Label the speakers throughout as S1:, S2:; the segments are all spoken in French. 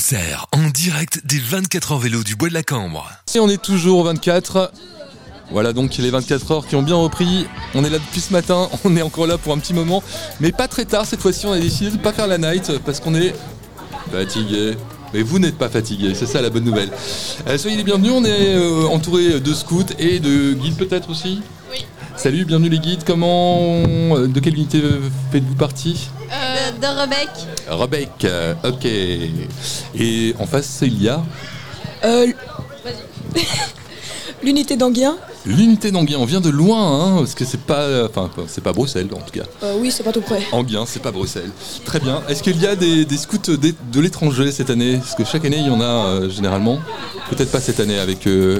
S1: Pulsar, en direct des 24 heures vélo du Bois de la Cambre.
S2: Et on est toujours au 24. Voilà donc les 24 heures qui ont bien repris. On est là depuis ce matin, on est encore là pour un petit moment, mais pas très tard cette fois-ci. On a décidé de pas faire la night parce qu'on est fatigué. Mais vous n'êtes pas fatigué, c'est ça la bonne nouvelle. Euh, soyez les bienvenus, on est euh, entouré de scouts et de guides peut-être aussi.
S3: Oui.
S2: Salut, bienvenue les guides. Comment, euh, de quelle unité faites-vous partie
S3: Euh, de Rebec.
S2: Rebecca, euh, ok. Et en face, il y a
S4: Euh, L'unité d'Anguien
S2: l'unité d'Anguien. On vient de loin, hein, parce que c'est pas, enfin, c'est pas Bruxelles en tout cas.
S4: Euh, Oui, c'est pas tout près.
S2: Anguien, c'est pas Bruxelles. Très bien. Est-ce qu'il y a des, des scouts d'é- de l'étranger cette année Parce que chaque année, il y en a euh, généralement. Peut-être pas cette année avec, euh,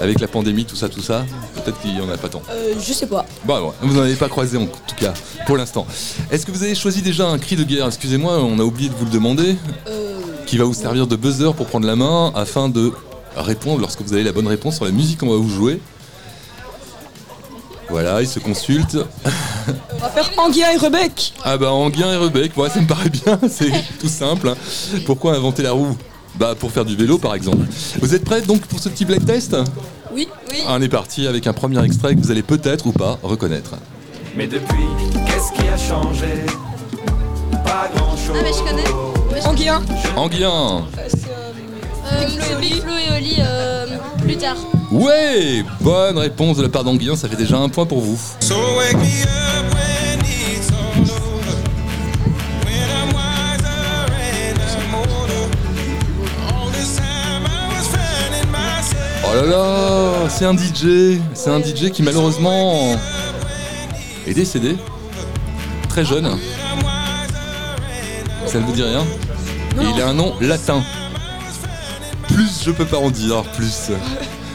S2: avec la pandémie, tout ça, tout ça. Peut-être qu'il y en a pas tant.
S4: Euh, je sais pas.
S2: Bon, bon, vous n'en avez pas croisé en tout cas, pour l'instant. Est-ce que vous avez choisi déjà un cri de guerre Excusez-moi, on a oublié de vous le demander.
S4: Euh,
S2: qui va vous servir de buzzer pour prendre la main afin de répondre lorsque vous avez la bonne réponse sur la musique qu'on va vous jouer. Voilà, ils se consultent.
S4: on va faire Anguien et Rebec
S2: Ah bah Anguin et Rebec, voilà, ça me paraît bien, c'est tout simple. hein. Pourquoi inventer la roue Bah pour faire du vélo par exemple. Vous êtes prêts donc pour ce petit black test
S4: Oui.
S3: Oui.
S2: On est parti avec un premier extrait que vous allez peut-être ou pas reconnaître.
S5: Mais depuis, qu'est-ce qui a changé Pas grand-chose.
S3: Ah, mais je connais. Ouais, je-
S4: Anguien
S2: Anguien
S3: Euh, c'est Big Flo et Oli euh, plus tard.
S2: Ouais Bonne réponse de la part d'Anguien, ça fait déjà un point pour vous.
S6: So wake me up when it's all over. When I'm wiser and I'm older. All this time I was finding myself.
S2: Oh là là, c'est un DJ, c'est un DJ qui malheureusement est décédé, très jeune. Ça ne vous dit rien Et il a un nom latin. Plus je peux pas en dire, plus.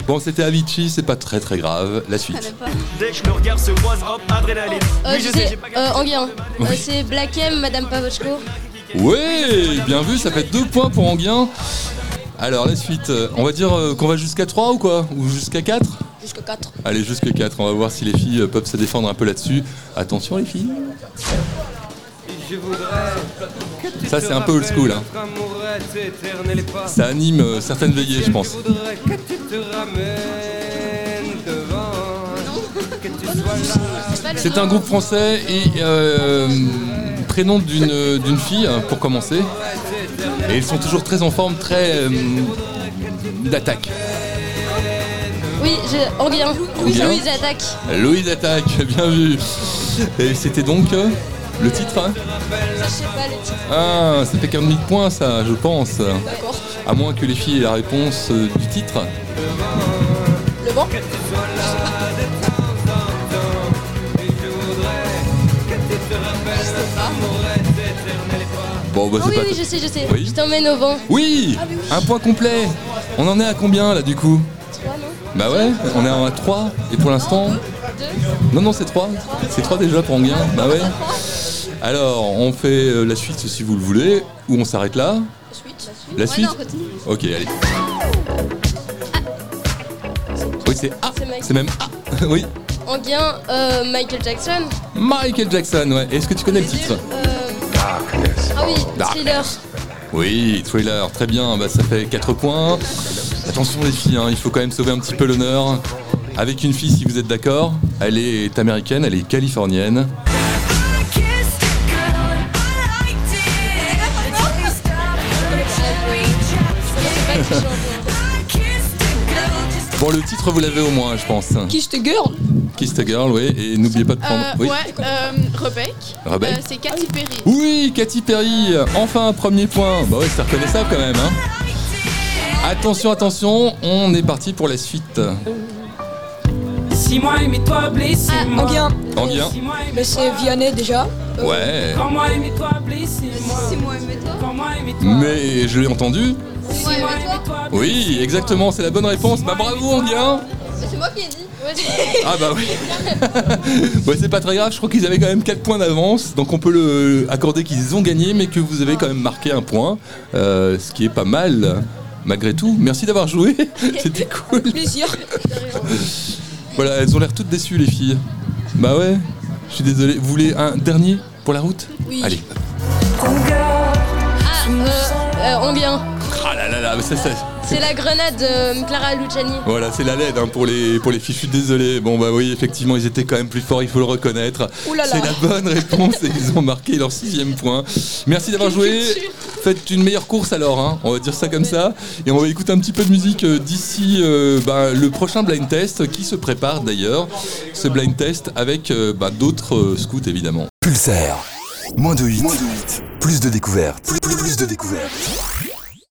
S2: Bon, c'était Avicii, c'est pas très très grave. La
S3: Je savais
S2: suite.
S3: Ah, pas.
S5: Dès que je me regarde, se croise, hop, adrénaline.
S3: Euh,
S5: oui, je sais,
S3: c'est
S5: j'ai pas gagné.
S3: euh, Anguien. Euh, c'est Black M, Madame Pavochko.
S2: Ouais, bien vu, ça fait deux points pour Anguien. Alors la suite, euh, on va dire euh, qu'on va jusqu'à 3 ou quoi Ou jusqu'à 4
S4: Jusqu'à 4.
S2: Allez, jusque 4, on va voir si les filles euh, peuvent se défendre un peu là-dessus. Attention les filles. Ça, c'est un peu old school, hein. Ça anime euh, certaines veillées, je pense.
S3: Oh,
S2: C'est un groupe français et euh, prénom d'une d'une fille, euh, pour commencer. Et ils sont toujours très en forme, très euh, d'attaque.
S3: Oui, je... Anguien. Oui,
S2: Anguien.
S3: Louise attaque.
S2: Loïs attaque, bien vu. Et c'était donc euh, le titre. hein
S3: Je sais pas le titre.
S2: ah, ça fait 40 000 points, ça, je pense.
S4: D'accord.
S2: À moins que les filles aient la réponse euh, du titre.
S4: Le vent
S2: Bon, bah
S3: Ah
S2: c'est
S3: oui,
S2: pas.
S3: oui, je sais, je sais.
S2: Oui.
S3: Je t'emmène au vent.
S2: Oui,
S4: mais oui.
S2: Un point complet On en est à combien là du coup
S3: Trois, non
S2: Bah ouais, on est à 3 et pour l'instant.
S3: Deux
S2: Non, non, c'est 3. C'est 3 déjà pour Anguin. Bah ouais. Alors, on fait euh, la suite si vous le voulez, ou on s'arrête là.
S3: Suite.
S2: La suite
S3: non, continue.
S2: Ok, allez. Oui, c'est A.
S3: C'est Mike.
S2: Ah, C'est même A. Oui,
S3: Anguien, euh, Michael Jackson.
S2: Michael Jackson, ouais. Est-ce que tu connais le titre
S3: Euh... Ah oui,
S2: Dark.
S3: Thriller.
S2: Oui, Thriller, très bien, bah, ça fait 4 points. Attention les filles, hein, il faut quand même sauver un petit peu l'honneur. Avec une fille, si vous êtes d'accord, elle est américaine, elle est californienne.
S3: Euh,
S2: Bon, le titre, vous l'avez au moins, je pense.
S4: Kiss the Girl
S2: Kiss the Girl, oui, et n'oubliez pas de prendre...
S7: Euh,
S2: oui.
S7: Ouais, euh, Rebecca.
S2: Rebecca.
S7: Euh, c'est Katy
S3: Ah
S7: Perry.
S2: Oui, Katy Perry, enfin un premier point. Bah ouais, c'est reconnaissable quand même. hein. Attention, attention, on est parti pour la suite.
S8: Si moi imite-toi, blessez-moi.
S4: Anguien
S2: Anguien
S8: Si moi
S4: Mais c'est
S8: imite-toi,
S4: Vianney déjà.
S2: hein. Ouais.
S8: quand moi imite-toi, blessez-moi. Quand moi imite-toi,
S2: Mais je l'ai entendu.
S8: si moi imite-toi,
S2: Oui, exactement, c'est la bonne réponse. Bah bravo, Anguien
S3: C'est moi qui ai dit. Ouais,
S2: Ah bah oui. bon, c'est pas très grave, je crois qu'ils avaient quand même 4 points d'avance, donc on peut le accorder qu'ils ont gagné, mais que vous avez quand même marqué un point, euh, ce qui est pas mal. Malgré tout, merci d'avoir joué, c'était cool.
S4: Plaisir.
S2: Voilà, elles ont l'air toutes déçues les filles. Bah ouais, je suis désolé. Vous voulez un dernier pour la route
S4: Oui.
S2: Allez,
S3: Ah, euh, Euh, Ambien.
S2: Ah là là là, mais ça, ça-
S3: C'est la grenade de Clara Luciani.
S2: Voilà, c'est la LED hein, pour, les, pour les fichus, désolé. Bon bah oui, effectivement, ils étaient quand même plus forts, il faut le reconnaître.
S4: Ouh là là.
S2: C'est la bonne réponse et ils ont marqué leur sixième point. Merci d'avoir joué. Faites une meilleure course alors, hein, on va dire ça comme ça. Et on va écouter un petit peu de musique euh, d'ici euh, bah, le prochain blind test qui se prépare d'ailleurs. Ce blind test avec euh, bah, d'autres euh, scouts évidemment.
S9: Pulsaire. Moins de 8. Plus de découvertes. Plus, plus de découvertes.